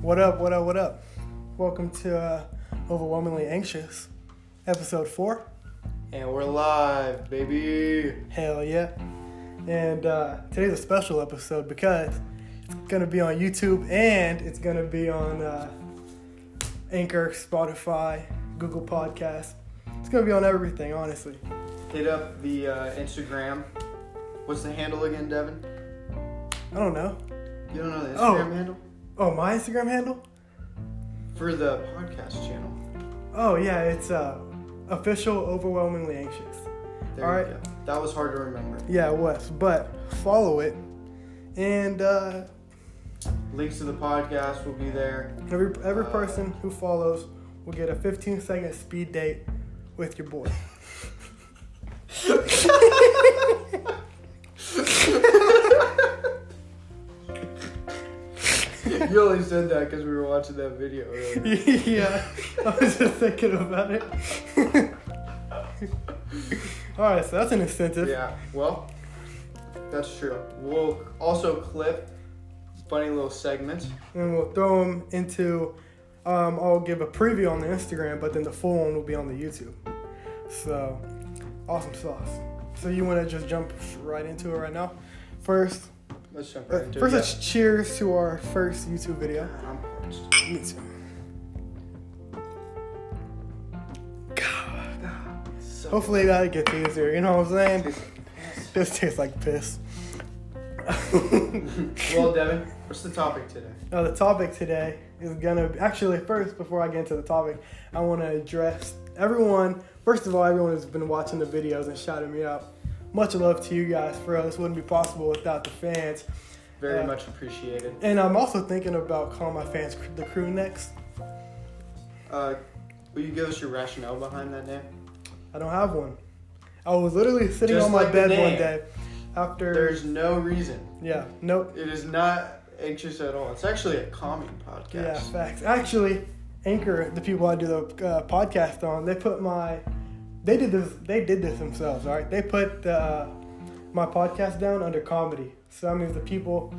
What up, what up, what up? Welcome to uh, Overwhelmingly Anxious, episode four. And we're live, baby. Hell yeah. And uh, today's a special episode because it's going to be on YouTube and it's going to be on uh, Anchor, Spotify, Google Podcasts. It's going to be on everything, honestly. Hit up the uh, Instagram. What's the handle again, Devin? I don't know. You don't know the Oh. Instagram handle? Oh, my Instagram handle? For the podcast channel. Oh, yeah, it's uh, official Overwhelmingly Anxious. There All you right. go. That was hard to remember. Yeah, it was. But follow it. And uh, Links to the podcast will be there. Every every person who follows will get a 15 second speed date with your boy. you only said that because we were watching that video earlier. yeah, I was just thinking about it. All right, so that's an incentive. Yeah, well, that's true. We'll also clip funny little segments. And we'll throw them into. Um, I'll give a preview on the Instagram, but then the full one will be on the YouTube. So, awesome sauce. So you want to just jump right into it right now? First, Let's jump right uh, into first it. let's cheers to our first YouTube video. Yeah. I'm parched. Me too. So Hopefully that'll get easier, you know what I'm saying? This tastes like piss. well, Devin, what's the topic today? now the topic today is gonna actually first before I get into the topic, I wanna address everyone first of all, everyone who's been watching the videos and shouting me out. Much love to you guys, bro. This wouldn't be possible without the fans. Very Uh, much appreciated. And I'm also thinking about calling my fans cr- the crew next. Uh, will you give us your rationale behind that name? I don't have one. I was literally sitting Just on my like the bed one name. day after. There's no reason. yeah, nope. It is not anxious at all. It's actually a calming Yeah, podcast. facts. Actually, Anchor, the people I do the uh, podcast on, they put my, they did this, they did this themselves. All right, they put uh, my podcast down under comedy. So that means the people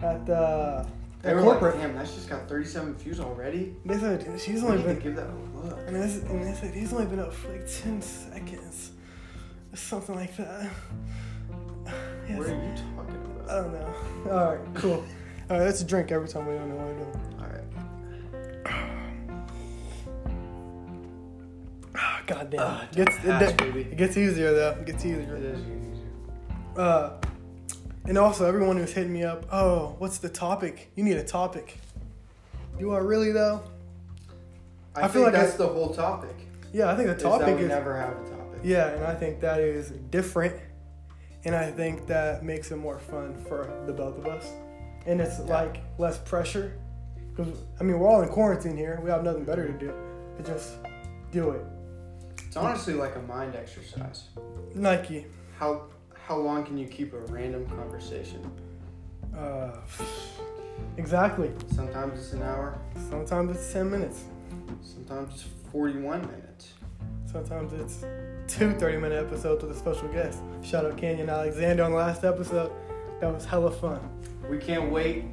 at the They at were corporate, like, damn, that's just got 37 views already. they said she's We only need to been, give that a look. and, this, and they said he's only been up for like ten seconds, or something like that. Yes. What are you talking I about? don't know. All right, cool. All right, let's drink every time we don't know what we're doing. All right. Ah, God damn. Ah, it, gets, it, pass, de- baby. it gets easier though. It gets It easier. is easier. Uh, and also, everyone who's hitting me up, oh, what's the topic? You need a topic. You are really though? I, I think feel like that's I- the whole topic. Yeah, I think the topic is that we is. never have a topic. yeah, and I think that is different, and I think that makes it more fun for the both of us, and it's Yeah. like less pressure, because I mean we're all in quarantine here. We have nothing better to do, but just do it. It's honestly like a mind exercise. Nike. How how long can you keep a random conversation? Uh, exactly. Sometimes it's an hour. Sometimes it's ten minutes. Sometimes it's 41 minutes. Sometimes it's two 30 minute episodes with a special guest. Shout out Canyon Alexander on the last episode. That was hella fun. We can't wait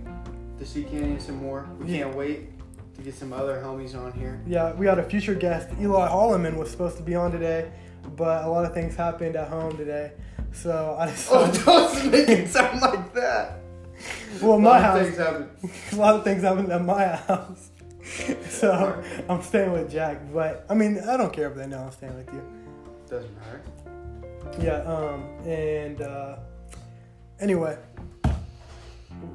to see Canyon some more. We Yeah. can't wait to get some other homies on here. Yeah, we had a future guest. Eli Holloman was supposed to be on today, but a lot of things happened at home today. So I decided, Oh, don't make it sound like that. well, my Other house, Things happen. a lot of things happened at my house. So I'm staying with Jack, but I mean, I don't care if they know I'm staying with you. Doesn't matter. Yeah, um, and uh, anyway,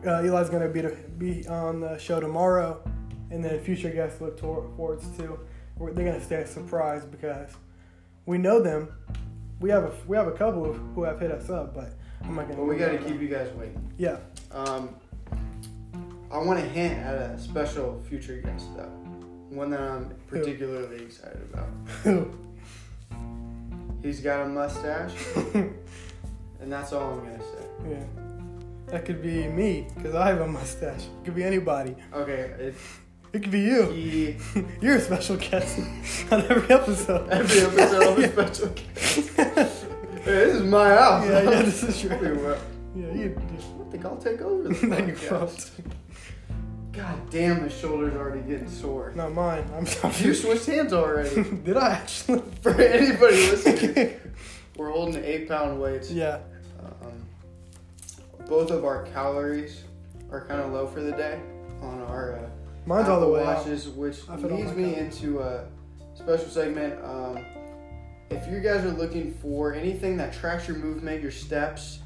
uh, Eli's gonna be be on the show tomorrow, and then future guests look tor- towards too. We're, they're gonna stay surprised because we know them. We have a we have a couple of, who have hit us up, but I'm not gonna. But we got to keep you guys waiting. Yeah, Um, I want to hint at a special future guest though, one that I'm particularly excited about. He's got a mustache, and that's all I'm gonna say. yeah. That could be me because I have a mustache. It could be anybody. Okay, It could be it, you. he You're a special guest on every episode. every episode of a Yeah. special guest. Hey, this is my house. Yeah, yeah, this is I'll your. be well. Yeah, you. I think I'll take over. The Then you podcast. froze. God damn, his shoulder's already getting sore. Not mine. I'm You switched hands already. Did I actually? For anybody listening, we're holding eight pound weights. yeah. Um, both of our calories are kind of low for the day on our uh, Mine's all the Apple way out. watches, which I fit all leads my me calories. into a special segment. Um, if you guys are looking for anything that tracks your movement, your steps,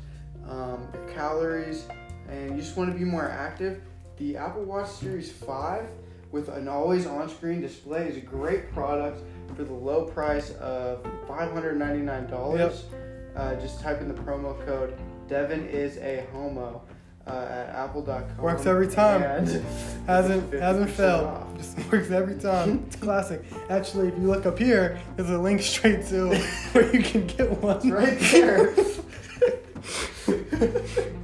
um, your calories, and you just want to be more active, the Apple Watch Series 5 with an always on screen display is a great product for the low price of $599. Uh, just type in the promo code Devin is a homo uh, at apple.com. Works every time. and- Hasn't hasn't 50% failed. off. Just works every time. It's classic. Actually, if you look up here, there's a link straight to where you can get one. It's right there.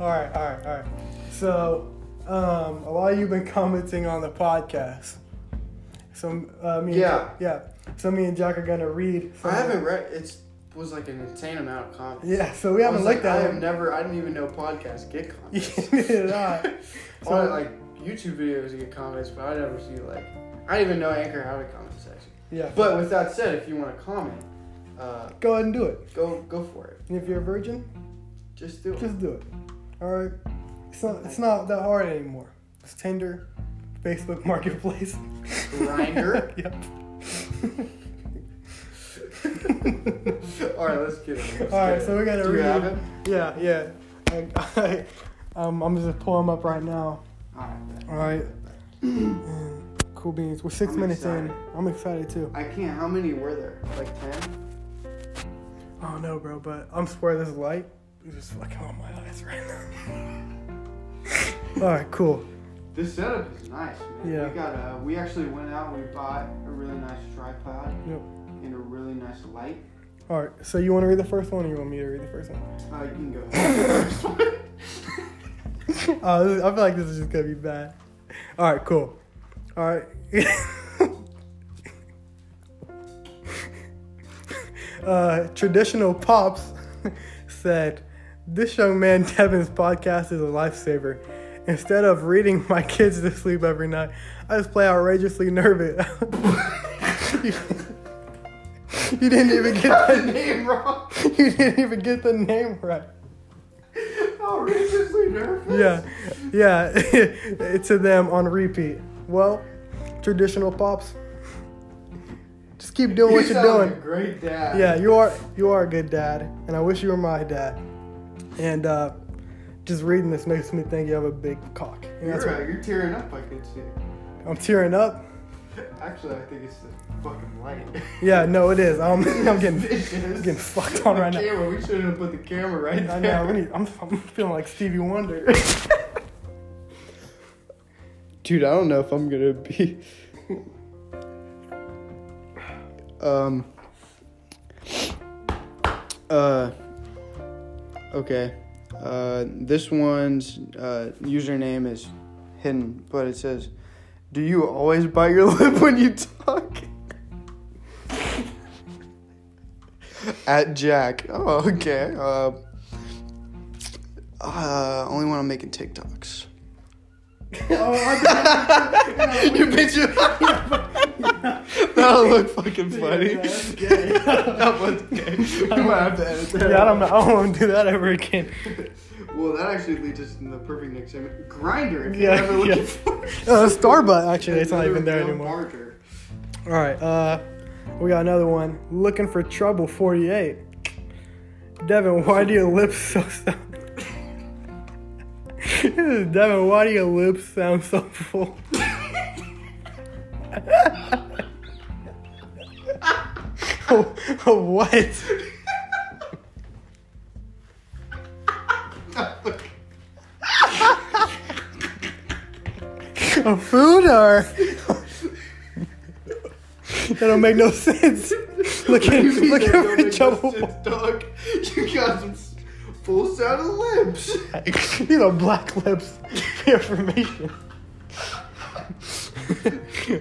All right, all right, all right. So, um, a lot of you've been commenting on the podcast. So, uh, me and- Yeah. yeah. So me and Jack are gonna read. some- I haven't read. It was like an insane amount of comments. Yeah. So we I haven't was looked like, I at have it. never. I didn't even know podcasts get comments. Neither did I. So- All like YouTube videos get comments, but I never see like. I didn't even know Anchor had a comment section. Yeah. But with that said, if you want to comment, uh, go ahead and do it. go go for it. And if you're a virgin, Just do it. just do it. All right. It's not. It's not that hard anymore. It's Tinder, Facebook Marketplace, Grinder. yep. All right, let's get it. Let's All right. get it. So we gotta Do you read. have it? Yeah, yeah. And I, um, I'm just gonna pull them up right now. All right. All right. And cool beans. We're 6 I'm minutes excited. in. I'm excited too. I can't. How many were there? Like ten. Oh no, bro. But I'm swear this light is just fucking on my eyes right now. All right, cool. This setup is nice, man. Yeah. We got uh, we actually went out. and We bought a really nice tripod Mm-hmm. Yep. and a really nice light. All right. So you want to read the first one, or you want me to read the first one? Uh, you can go ahead. Oh, this, I feel like this is just gonna be bad. All right, cool. All right. uh, traditional pops said, "This young man Devin's podcast is a lifesaver. Instead of reading my kids to sleep every night, I just play outrageously nervous." you, you didn't even get Got the, the name wrong. you didn't even get the name right. Outrageously nervous. yeah, yeah. to them on repeat. Well, traditional pops. Just keep doing You what you're sound like doing. a great dad. Yeah, you are you are a good dad, and I wish you were my dad. And uh, just reading this makes me think you have a big cock. And You're, that's right, you're tearing up. I can see. why I'm tearing up. Actually, I think it's the fucking light. Yeah, no, it is. I'm, I'm getting Vicious. getting fucked on The right now. camera. We shouldn't have put the camera right I there. know. We need, I'm, I'm feeling like Stevie Wonder. Dude, I don't know if I'm gonna be. um. Uh. Okay. Uh, this one's uh, username is hidden, but it says, "Do you always bite your lip when you talk?" At Jack. Oh, okay. Uh, uh, only when I'm making TikToks. oh, I, You picture That'll look fucking funny. Yeah, that's gay. that was gay. We might have to edit that. yeah, I don't know. I don't want to do that ever again. Well, that actually leads us to the perfect next segment. Grinder. If Yeah, you're ever looking yeah. for Uh, Starbucks, actually, it's not another even there Bill anymore. Barker. All right, uh, we got another one. Looking for trouble, 48. Devin, why do your lips so sound? Devin, why do your lips sound so full? Oh, oh, what? A food or? That'll make no sense. Looking, You mean looking that don't for make trouble. no sense, dog. You got some s- full sound of lips. you know, black lips for information.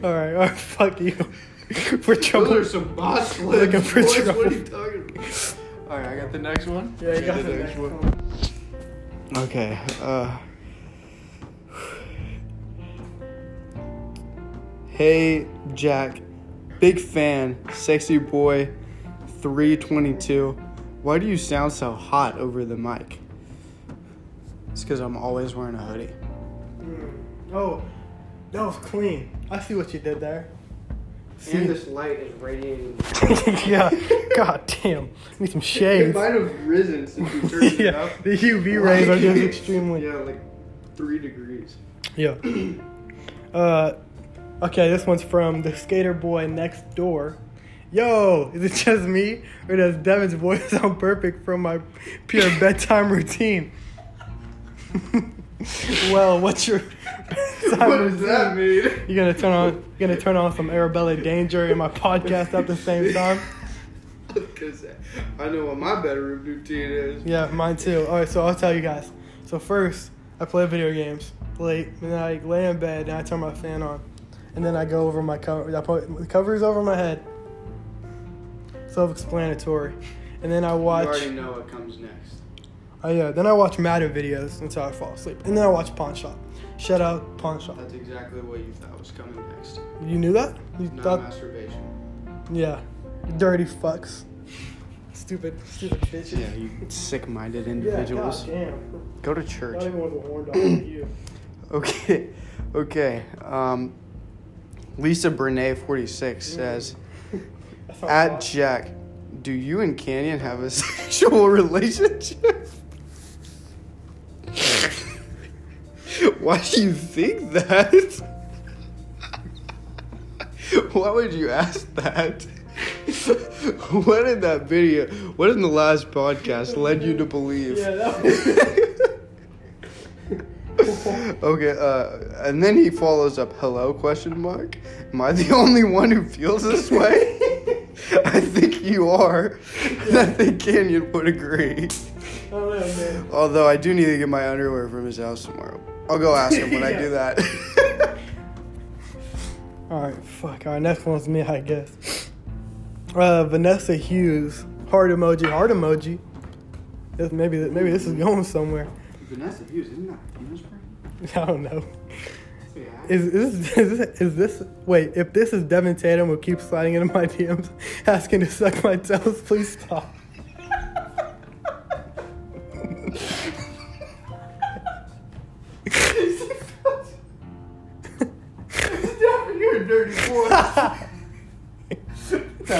all right, all right, fuck you. For Those trouble. are some boss lips. Looking for boys. trouble. What are you talking about? All right, I got the next one. Yeah, you got the the next next one. Okay. Uh, Hey Jack, big fan, sexy boy, 322. Why do you sound so hot over the mic? It's because I'm always wearing a hoodie. Oh, that was clean. I see what you did there. And this light is radiating. yeah. God damn. Need some It shades. might have risen since you turned it yeah. up. The UV rays are just extremely. Yeah, like three degrees. Yeah. Uh, okay, this one's from the skater boy next door. Yo, is it just me, or does Devin's voice sound perfect from my pure bedtime routine? well, what's your bedtime What does that mean? You're gonna turn on, you're gonna turn on some Arabella Danger in my podcast at the same time. Because I know what my bedroom routine is. Yeah, mine too. All right, so I'll tell you guys. So first, I play video games late, and then I lay in bed and I turn my fan on, and then I go over my cover. I put the covers over my head. Self-explanatory. And then I You watch. already know what comes next. Oh yeah. Then I watch Matter videos until I fall asleep, and then I watch Pawn Shop. Shout out Pawn Shop. That's exactly what you thought was coming next. You knew that? You Not thought? masturbation. Yeah. Dirty fucks. Stupid, stupid bitches. Yeah, you sick-minded Yeah, individuals. God damn. Go to Not church. even with a horn dog like you. Okay, okay. Um, Lisa Brene, 46, Mm. says, That sounds At hot. Jack, do you and Canyon have a sexual relationship? Why do you think that? Why would you ask that? what in that video, what in the last podcast led you to believe? Yeah, that was. okay, uh, and then he follows up, "Hello?" question mark. Am I the only one who feels this way? I think you are. And I think Canyon would agree. I don't know, man. Although I do need to get my underwear from his house tomorrow. I'll go ask him when I do that. All right, fuck. All right, next one's me, I guess. Uh, Vanessa Hughes, heart emoji, heart emoji. This, maybe maybe this is going somewhere. Vanessa Hughes, isn't that penis I don't know. Yeah. Is, is, is, this- is this wait? If this is Devin Tatum, who keeps sliding into my DMs asking to suck my toes, please stop. You're a dirty boy. That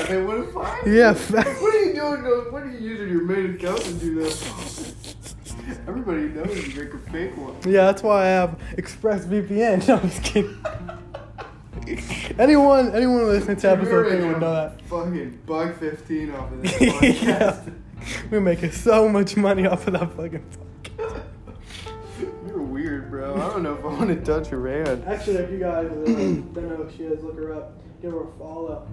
they would have fired Yeah, you. fact. What are you doing? to- What are you using your main account to do that? Everybody knows you drink a fake one. Yeah, that's why I have ExpressVPN. No, I'm just kidding. anyone, anyone listening to episode three would know that. Fucking buck fifteen off of this yeah. podcast. We're making so much money off of that fucking podcast. You're weird, bro. I don't know if I want to touch your hand. Actually, if you guys uh, don't know who she is, look her up. Give her a follow.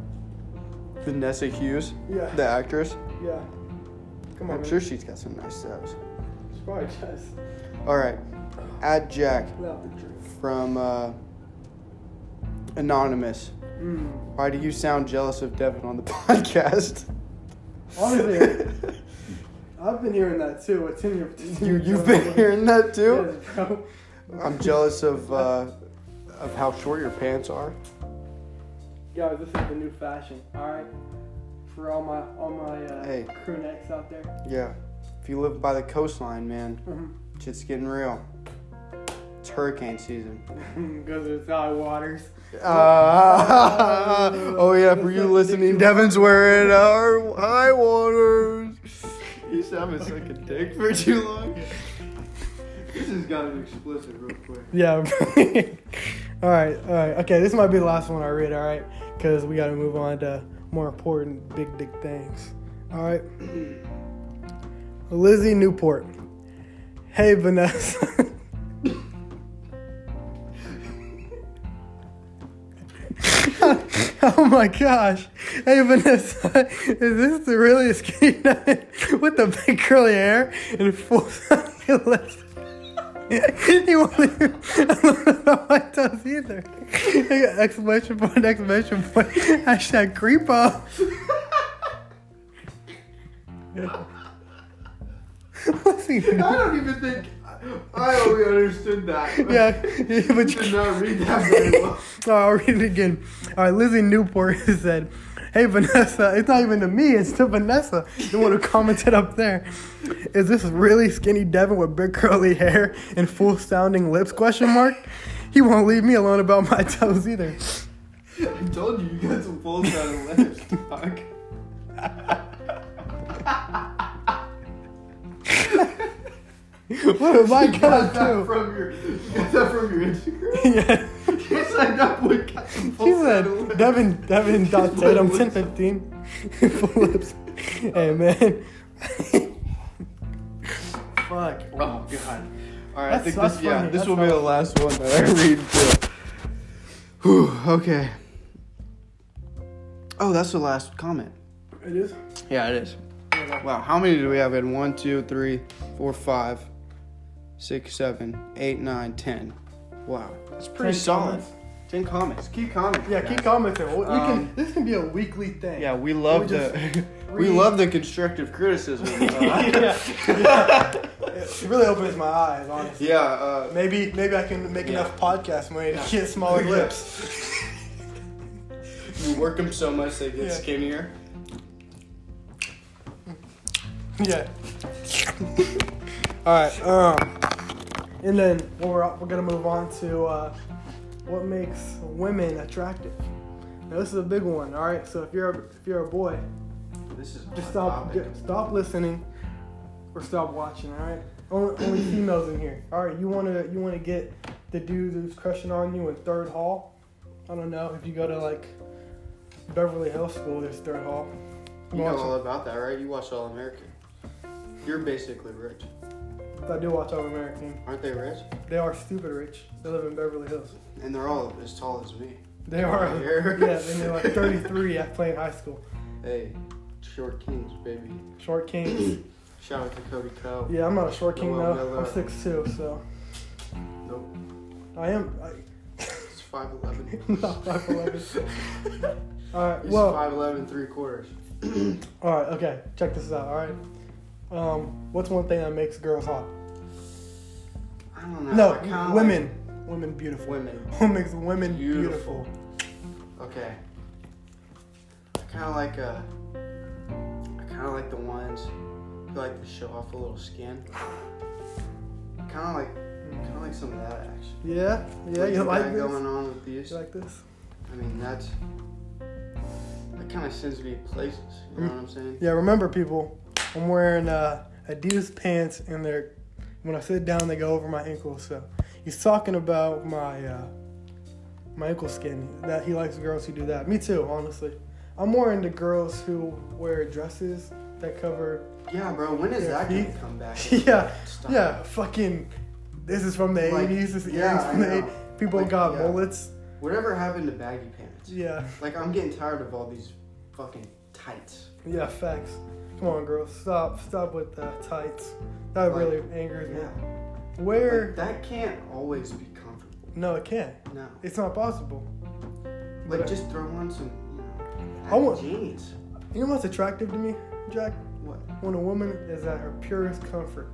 Vanessa Hughes, Yeah. the actress. Yeah. Come on, I'm man. sure she's got some nice steps. She probably does. All right, at Jack Without the truth. from uh, Anonymous. Mm. Why do you sound jealous of Devin on the podcast? Honestly, I've been hearing that too. It's in your. it's in you your you've been phone. hearing that too. Yes, bro. I'm jealous of uh, of how short your pants are. Guys, this is the new fashion. All right. For all my all my uh, Hey. crew necks out there. Yeah, if you live by the coastline, man, Mhm. shit's getting real. It's hurricane season. Goes to the high waters. Uh, oh yeah, for you listening, Devin's wearing our high waters. You sound like a dick for too long. This has gotten explicit real quick. Yeah. all right. All right. Okay. This might be the last one I read. All right. Because we got to move on to more important big dick things. All right. Lizzie Newport. Hey, Vanessa. oh my gosh. Hey, Vanessa. Is this the really skinny nut with the big curly hair and full lips? he won't even I don't know why it does either. exclamation point, exclamation point, hashtag creepo. What's he I don't even think. I- I only understood that. yeah, I but you did not read that very well. All right, I'll read it again. All right, Lizzie Newport said, Hey, Vanessa, it's not even to me, it's to Vanessa, the one who commented up there. Is this really skinny Devin with big curly hair and full sounding lips? Question mark. He won't leave me alone about my toes either. I told you you got some full sound letters. Fuck. What have I You got got that to from your. You got that from your Instagram. do? Yeah. You signed up with got some full She sound said, letters. Devin, Devin dot Full Tatum lips. 1015. full lips. Hey, man. Fuck. Oh god. All right, I That's- think that's this yeah, funny, this that's will be the funny. last one that I read. too. Whew, okay. Oh, that's the last comment. It is? Yeah, it is. Wow, how many do we have in one, two, three, four, five, six, seven, eight, nine, ten? Wow, that's pretty Ten solid. comments. Ten comments. Keep commenting. Yeah, keep commenting. We we Um, can. This can be a weekly thing. Yeah, we love We the we read- love the constructive criticism. Yeah. Uh, It really opens my eyes, honestly. yeah. Uh, Maybe maybe I can make Yeah. enough podcast money to get smaller Yeah. lips. you work them so much they get Yeah. skinnier. Yeah. All right. Um, and then we're we're gonna move on to uh, what makes women attractive. Now this is a big one. All right. So if you're a, if you're a boy, This is just stop get, stop listening or stop watching. All right. Only, only females in here. All right. You wanna you wanna get the dude who's crushing on you in third hall. I don't know if you go to like Beverly Hills School, there's third hall. You know Watch it. all about that, right? You watch All American. You're basically rich. I do watch All American. Aren't they rich? They are stupid rich. They live in Beverly Hills. And they're all as tall as me. They are. Here. Yeah, and they're like 33 at playing high school. Hey, short kings, baby. Short kings. Shout out to Cody Cow. Yeah, I'm not a short king Noel though. Miller. I'm 6'2", so Nope, I am. I, it's 5'11. I'm not 5'11". all right. He's Well. 5'11, three quarters. All right. Okay. Check this out. All right. Um, what's one thing that makes girls hot? I don't know. I kinda No, like women. Women beautiful. women. What makes women Beautiful. beautiful? Okay. I kind of like, uh, I kind of like the ones who like to show off a little skin. Kind of like, kind of like some of that action. Yeah. Yeah. What You you like got this? going on with these? You like this? I mean, that's that kind of sends me places. Mm. You know what I'm saying? Yeah, remember, people, I'm wearing uh, Adidas pants, and they're when I sit down, they go over my ankles. So he's talking about my uh, my ankle skin. That he likes girls who do that. Me too, honestly. I'm more into girls who wear dresses that cover. Yeah, bro. When is Yeah, that gonna he- come back? yeah, Stop. yeah, fucking. This is from the Like, 80s. This is yeah, earrings from I the know. 80s. People Like, got yeah. mullets. Whatever happened to baggy pants? Yeah, Like, I'm getting tired of all these fucking tights. yeah, facts. Come on, girls, stop, stop with the tights. That Like, really angers me. Yeah. Wear. Like, that can't always be comfortable. No, it can't. No. It's not possible. Like, But- just throw on some, you know, I want- jeans. You know what's attractive to me, Jack? What? When a woman is at her purest comfort.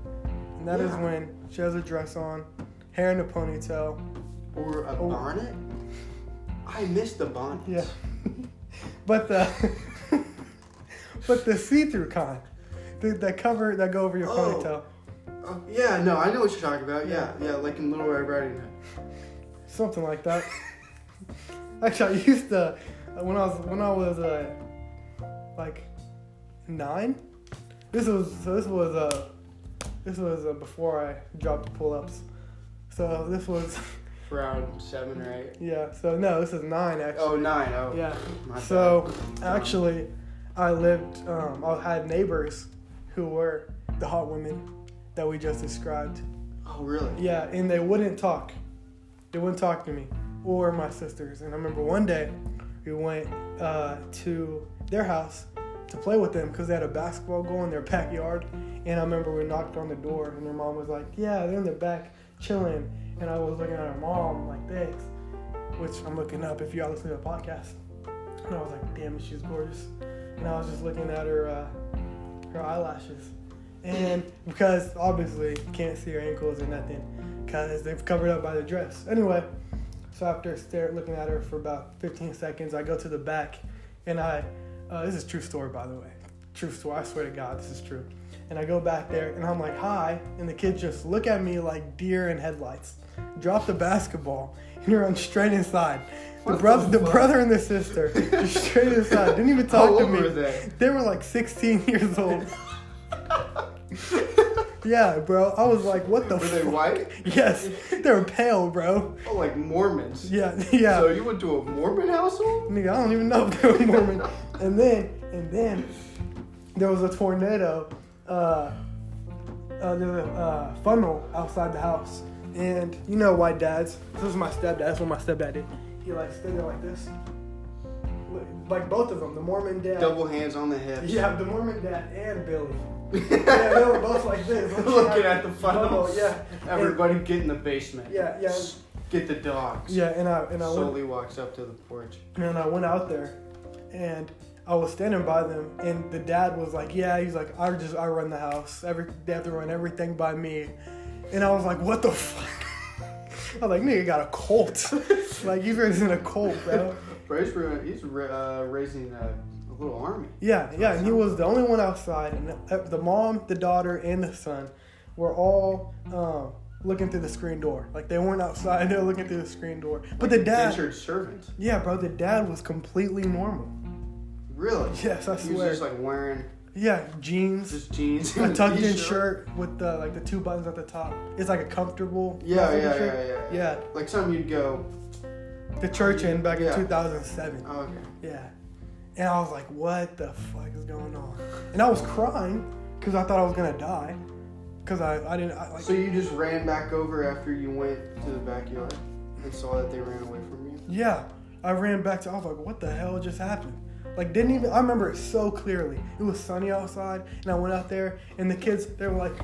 And that is Yeah. when she has a dress on, hair in a ponytail. Or a Oh. bonnet? I miss the bonnet. Yeah. but the but the see-through kind. The, that cover that go over your Oh. ponytail. Oh, yeah. No, I know what you're talking about. Yeah. Yeah. like in Little Red Riding Hood. Something like that. Actually I used to uh, when I was when I was uh, like nine. This was so this was uh this was uh, before I dropped the pull-ups. So this was Round seven or eight. yeah. So no, this is nine actually. Oh, nine. Oh, yeah. my So actually, I lived. Um, I had neighbors who were the hot women that we just described. bad. Oh, really? Yeah, and they wouldn't talk. They wouldn't talk to me or my sisters. And I remember one day we went uh, to their house to play with them because they had a basketball goal in their backyard. And I remember we knocked on the door and their mom was like, "Yeah, they're in the back chilling." And I was looking at her mom like this, which I'm looking up if y'all listen to the podcast. And I was like, "Damn, she's gorgeous." And I was just looking at her uh, her eyelashes. and because obviously you can't see her ankles or nothing, because they've covered up by the dress. Anyway, so after stare looking at her for about 15 seconds, I go to the back, and I, uh, this is true story by the way, true story. I swear to God, this is true. And I go back there, and I'm like, hi, and the kids just look at me like deer in headlights, drop the basketball, and run straight inside. The What brother, the the, fuck? brother and the sister, just straight inside. Didn't even How talk to old me. were they? They were like 16 years old. yeah, bro. I was like, what the Were they fuck? white? Yes, they were pale, bro. Oh, like Mormons. Yeah, yeah. So you went to a Mormon household? Nigga, I don't even know if they were Mormon. and then, and then, there was a tornado. Uh, uh, there's a uh, funnel outside the house, and you know why dads. This is my stepdad. That's what my stepdad did. He like stood there like this, like both of them, the Mormon dad. Double hands on the hips. Yeah, the Mormon dad and Billy. Yeah, they were both like this, Looking at the funnel. Funnel, yeah. Everybody get in the basement. Yeah, yeah. S- Get the dogs. Yeah, and I and I went Sully walks up to the porch. and I went out there, and I was standing by them, and the dad was like, "Yeah," he's like, "I just I run the house. Every they have to run everything by me," and I was like, "What the fuck?" I was like, "Nigga got a cult. like he's raising a cult, bro." Brace, ra- he's ra- uh, raising a, a little army. Yeah, yeah, and he was the only one outside, and the- uh, the mom, the daughter, and the son were all um, looking through the screen door. Like they weren't outside; they were looking through the screen door. But the dad, Indentured servant. yeah, bro, the dad was completely normal. Really? Yes, I He was swear. just like wearing Yeah, jeans, just jeans. a and tucked-in t-shirt. shirt with the like the two buttons at the top. It's like a comfortable. Yeah, yeah, messenger yeah, shirt. yeah, yeah. Yeah, Like something you'd go, the church in back Yeah. in 2007. oh, okay. Yeah. And I was like, what the fuck is going on? And I was crying because I thought I was going to die. Because I, I didn't, I, like, So you just ran back over after you went to the backyard and saw that they ran away from you? yeah. I ran back to, I was like, what the hell just happened? Like, didn't even, I remember it so clearly. It was sunny outside, and I went out there, and the kids, they were like,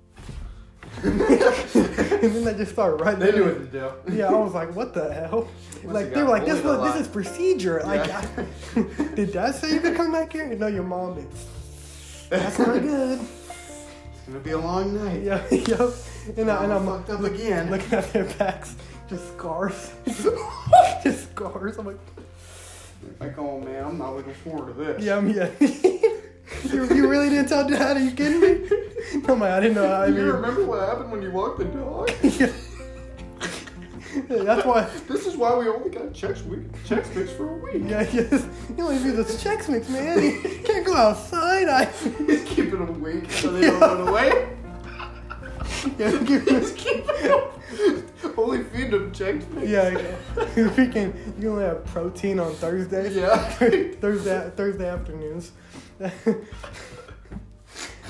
and then they just started right They knew what to do. Yeah, I was like, what the hell? have Like they got were like, this bullied a was, lot. this is procedure. Like, Yeah. I, did Dad say you could come back here? No, your mom did. That's not good. It's gonna be a long night. Yeah, yep. And, I, and I'm fucked up again. looking at their backs, just scars, just scars. I'm like, Like, oh man, I'm not looking forward to this. yeah, I'm, yeah. you, you really didn't tell Dad? Are you kidding me? No, man, I didn't know. How I Do mean, you remember what happened when you walked the dog? yeah. That's why. this is why we only got checks week, checks fixed for a week. Yeah, yes. You only do those checks mix, man. You can't go outside. I. He's keeping them awake so they don't run away. Yeah, He's keeping them. Only feed them checks mix. yeah. We can. You only have protein on Thursdays. Yeah. Thursday Thursday afternoons.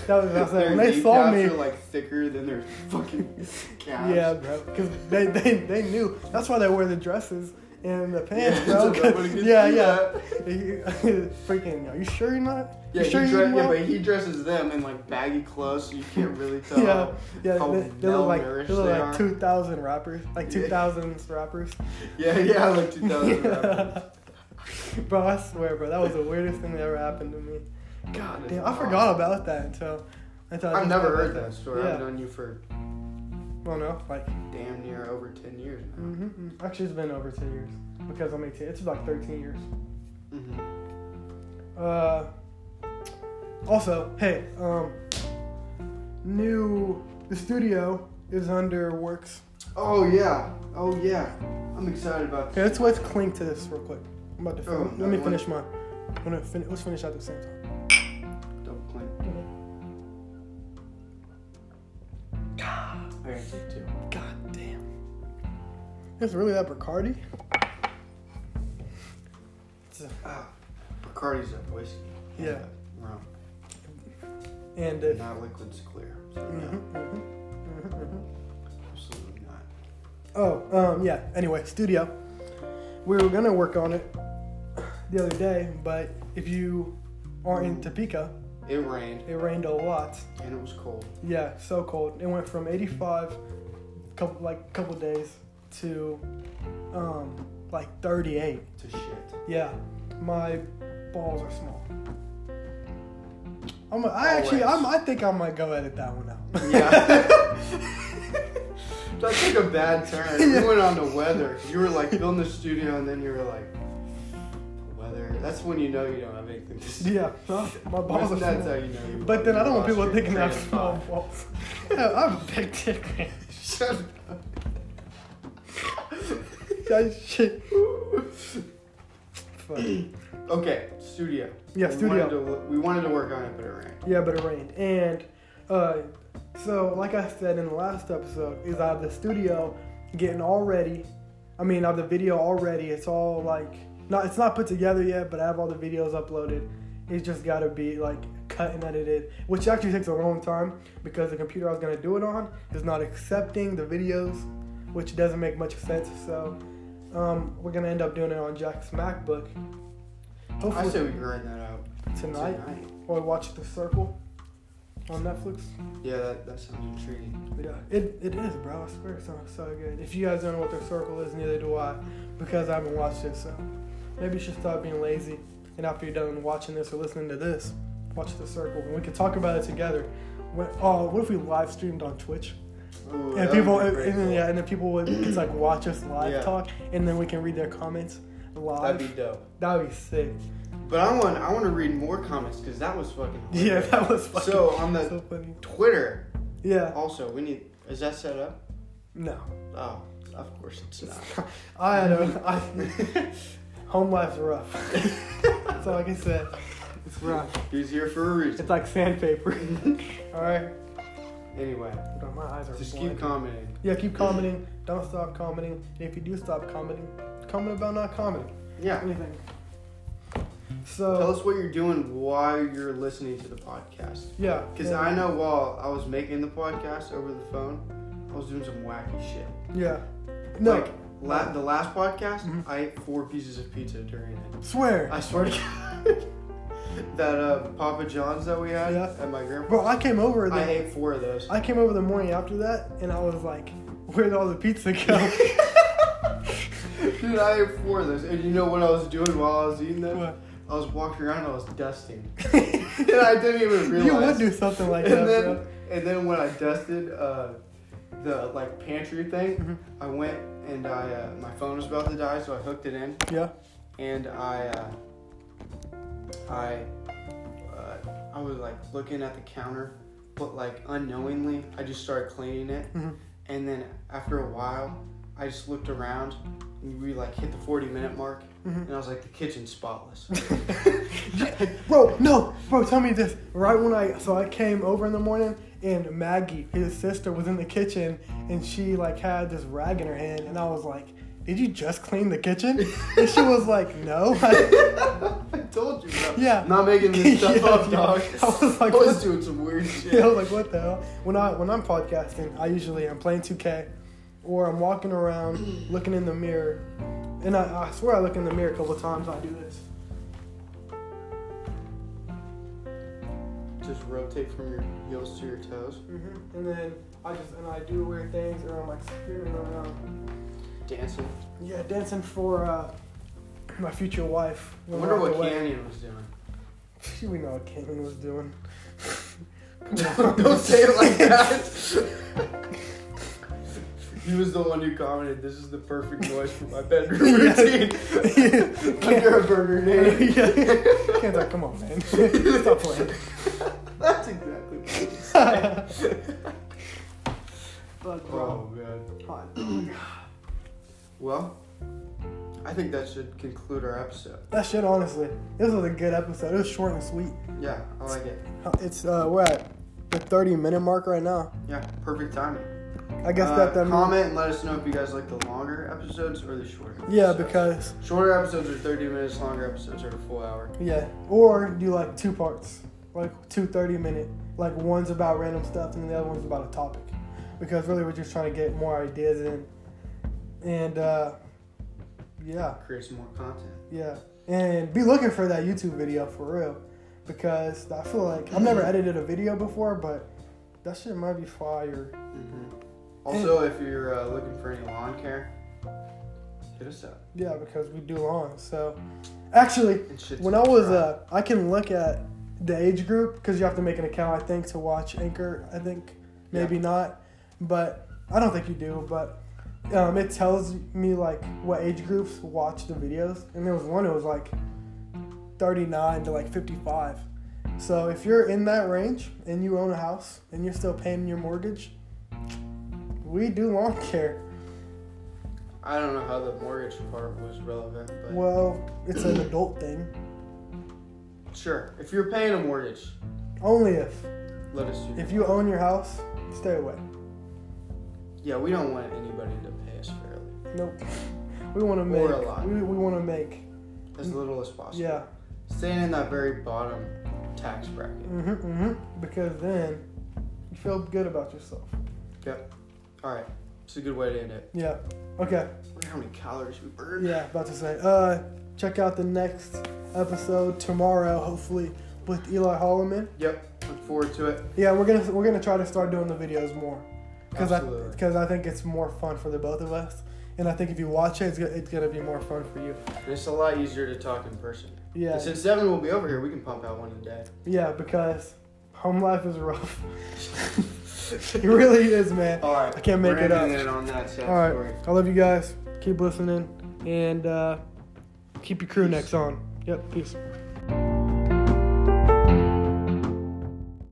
that was what I said. Their When they saw kneecaps me. are like thicker than their fucking calves. Yeah, bro. Because they, they, they knew. That's why they wear the dresses and the pants, Yeah, bro. so nobody can yeah, see yeah. that. Freaking, are you sure you're not? Yeah, you sure he you're dre- yeah, not? but he dresses them in like baggy clothes, so you can't really tell. Yeah, yeah, how they, they look like malnourished they look they like are. two thousand rappers, like Yeah. two thousands rappers. Yeah, yeah, like 2000. rappers. bro, I swear, bro, that was the weirdest thing that ever happened to me. God Damn, I forgot about that until until I I've just never got heard back that story. Yeah. I've known you for Well, no, like damn near over 10 years now. hmm actually, it's been over ten years because I'm 18. It's like 13 years. Mm-hmm. Uh, also, hey, um, new the studio is under works. Oh yeah, oh yeah. I'm excited about Okay, this. let's let's cling to this real quick. I'm about to Oh, fin- let me another one. finish mine. I'm gonna fin- let's finish out at the same time. Double clean. I gotta take two. God damn, it's really that Bacardi. Ah, Bacardi's a whiskey. uh, Yeah, Rum. and if Not liquid's clear. So Mhm, no, mhm, mhm, mhm. absolutely not. Oh, um, yeah. Anyway, studio. We were gonna work on it the other day, but if you aren't in Topeka, It rained it rained a lot. and it was cold. Yeah, so cold. It went from 85, couple like couple days, to um, like 38. To shit. Yeah, my balls are small. I'm, I actually, Always. I'm, I think I might go edit that one out. Yeah. that took a bad turn. We went on the weather. You were like building the studio, and then you were like, weather. That's when you know you don't have anything to say. yeah, huh? my balls are That's, that's small. how you know. You But then I don't want lost people your thinking I have train of small thought. balls. Yeah, I'm a big dick man. Shut up. That shit. Fuck. Okay, studio. Yeah, we studio. Wanted to, we wanted to work on it, but it rained. Yeah, but it rained. And uh, so, like I said in the last episode, is I have the studio getting all ready. I mean, I have the video already. It's all like not. It's not put together yet, but I have all the videos uploaded. It's just got to be like cut and edited, which actually takes a long time because the computer I was gonna do it on is not accepting the videos, which doesn't make much sense. So. Um, we're gonna end up doing it on Jack's MacBook. I Hopefully said we grind that out tonight, or watch The Circle on Netflix. Yeah, that, that sounds intriguing. Yeah, it, it is, bro. I swear it sounds so good. If you guys don't know what their circle is, neither do I, because I haven't watched it. So maybe you should stop being lazy. And after you're done watching this or listening to this, watch the circle, and we can talk about it together. What, oh, what if we live streamed on Twitch? Ooh, and that would people, uh, be and, pretty and then, cool. yeah, and then people would just like watch us live Yeah. talk, and then we can read their comments live. That'd be dope. That'd be sick. But I want I want to read more comments because that was fucking. Yeah, hilarious. that was fucking So on the so funny. Twitter, Yeah, also we need. Is that set up? no. Oh, of course it's not. I had a I, home life's rough. That's all I can say. It's rough. He's here for a reason. It's like sandpaper. all right. Anyway, Hold on, my eyes are just blind. keep commenting. yeah, keep commenting. Don't stop commenting. And if you do stop commenting, comment about not commenting. Yeah. Anything. Tell So us what you're doing while you're listening to the podcast. yeah, Because yeah, I know while I was making the podcast over the phone, I was doing some wacky shit. yeah. No, Like, la- the last podcast, Mhm. I ate four pieces of pizza during it. swear, I swear to God. that uh, Papa John's that we had Yeah. at my grandpa. bro. I came over I the ate four of those. I came over the morning after that, and I was like, where'd all the pizza go? Dude, I ate four of those. And you know what I was doing while I was eating them? What? I was walking around and I was dusting. and I didn't even realize. you would do something like and that, then, bro. And then when I dusted uh, the like pantry thing, Mhm. I went and I uh, my phone was about to die, so I hooked it in Yeah. and I uh, I uh, I was like looking at the counter, but like unknowingly, I just started cleaning it. Mhm. And then after a while, I just looked around and we like hit the 40 minute mark, Mm-hmm. and I was like, the kitchen's spotless. Bro, no, bro, tell me this. Right when I so I came over in the morning and Maggie, his sister, was in the kitchen and she like had this rag in her hand and I was like, Did you just clean the kitchen? And she was like, No. I told you, bro. Yeah. I'm not making this stuff Yeah, up, yeah. dog. I was like, I was what? doing some weird shit. I was like, what the hell? When I when I'm podcasting, I usually am playing 2K or I'm walking around looking in the mirror. And I, I swear I look in the mirror a couple times I do this. Just rotate from your heels to your toes. Mm-hmm. And then I just and I do weird things or I'm like spinning around. Dancing. Yeah, dancing for uh, my future wife. I wonder what Away. Canyon was doing. We know what Cameron was doing. Don't say it like that. he was the one who commented, "This is the perfect noise for my bedroom Yeah. routine." Under a burner name. yeah. Can't like, come on, man. Stop playing. That's exactly. What it is. But, oh bro, man. hot. Well, I think that should conclude our episode. that shit, honestly, this was a good episode. It was short and sweet. Yeah, I like it. It's, uh, we're at the 30 minute mark right now. Yeah, perfect timing. I guess Uh, that, that comment and let us know if you guys like the longer episodes or the shorter. Yeah, episodes. because, shorter episodes are thirty minutes, longer episodes are a full hour. yeah. Or do like two parts, like two 30 minute. Like one's about random stuff and the other one's about a topic. Because really, we're just trying to get more ideas in. And, uh, yeah. Create some more content. Yeah, and be looking for that YouTube video for real, because I feel like I've never edited a video before, but that shit might be fire. Mhm. Also, if you're uh, looking for any lawn care, hit us up. Yeah, because we do long. So, actually, And shit's when I was dry. uh, I can look at the age group because you have to make an account, I think, to watch Anchor. I think maybe not, but I don't think you do. But um, it tells me like what age groups watch the videos, and there was one that was like 39 to like 55. So if you're in that range and you own a house and you're still paying your mortgage, we do lawn care. I don't know how the mortgage part was relevant, but Well, it's an adult thing. sure. If you're paying a mortgage, Only if let us do. if you own your house, stay away. Yeah, we don't want anybody to pay us fairly, Nope. We want to make. Or a lot. We, we want to make. as little as possible. Mm, Yeah. Staying in that very bottom tax bracket. hmm hmm Because then you feel good about yourself. All right, it's a good way to end it. Yeah. Okay. Look how many calories we burned. Yeah. About to say. Uh, check out the next episode tomorrow, hopefully with Eli Holloman. Yep. Look forward to it. Yeah, we're gonna we're gonna try to start doing the videos more because I Absolutely. because I think it's more fun for the both of us, and I think if you watch it, it's, go- it's gonna be more fun for you. And it's a lot easier to talk in person. Yeah. And since Devin will be over here, we can pump out one a day. Yeah, because home life is rough. it really is, man. All right. I can't make we're it ending up. it on that sad All right. story. I love you guys. Keep listening and uh, keep your crew Peace. necks on. Yep, peace.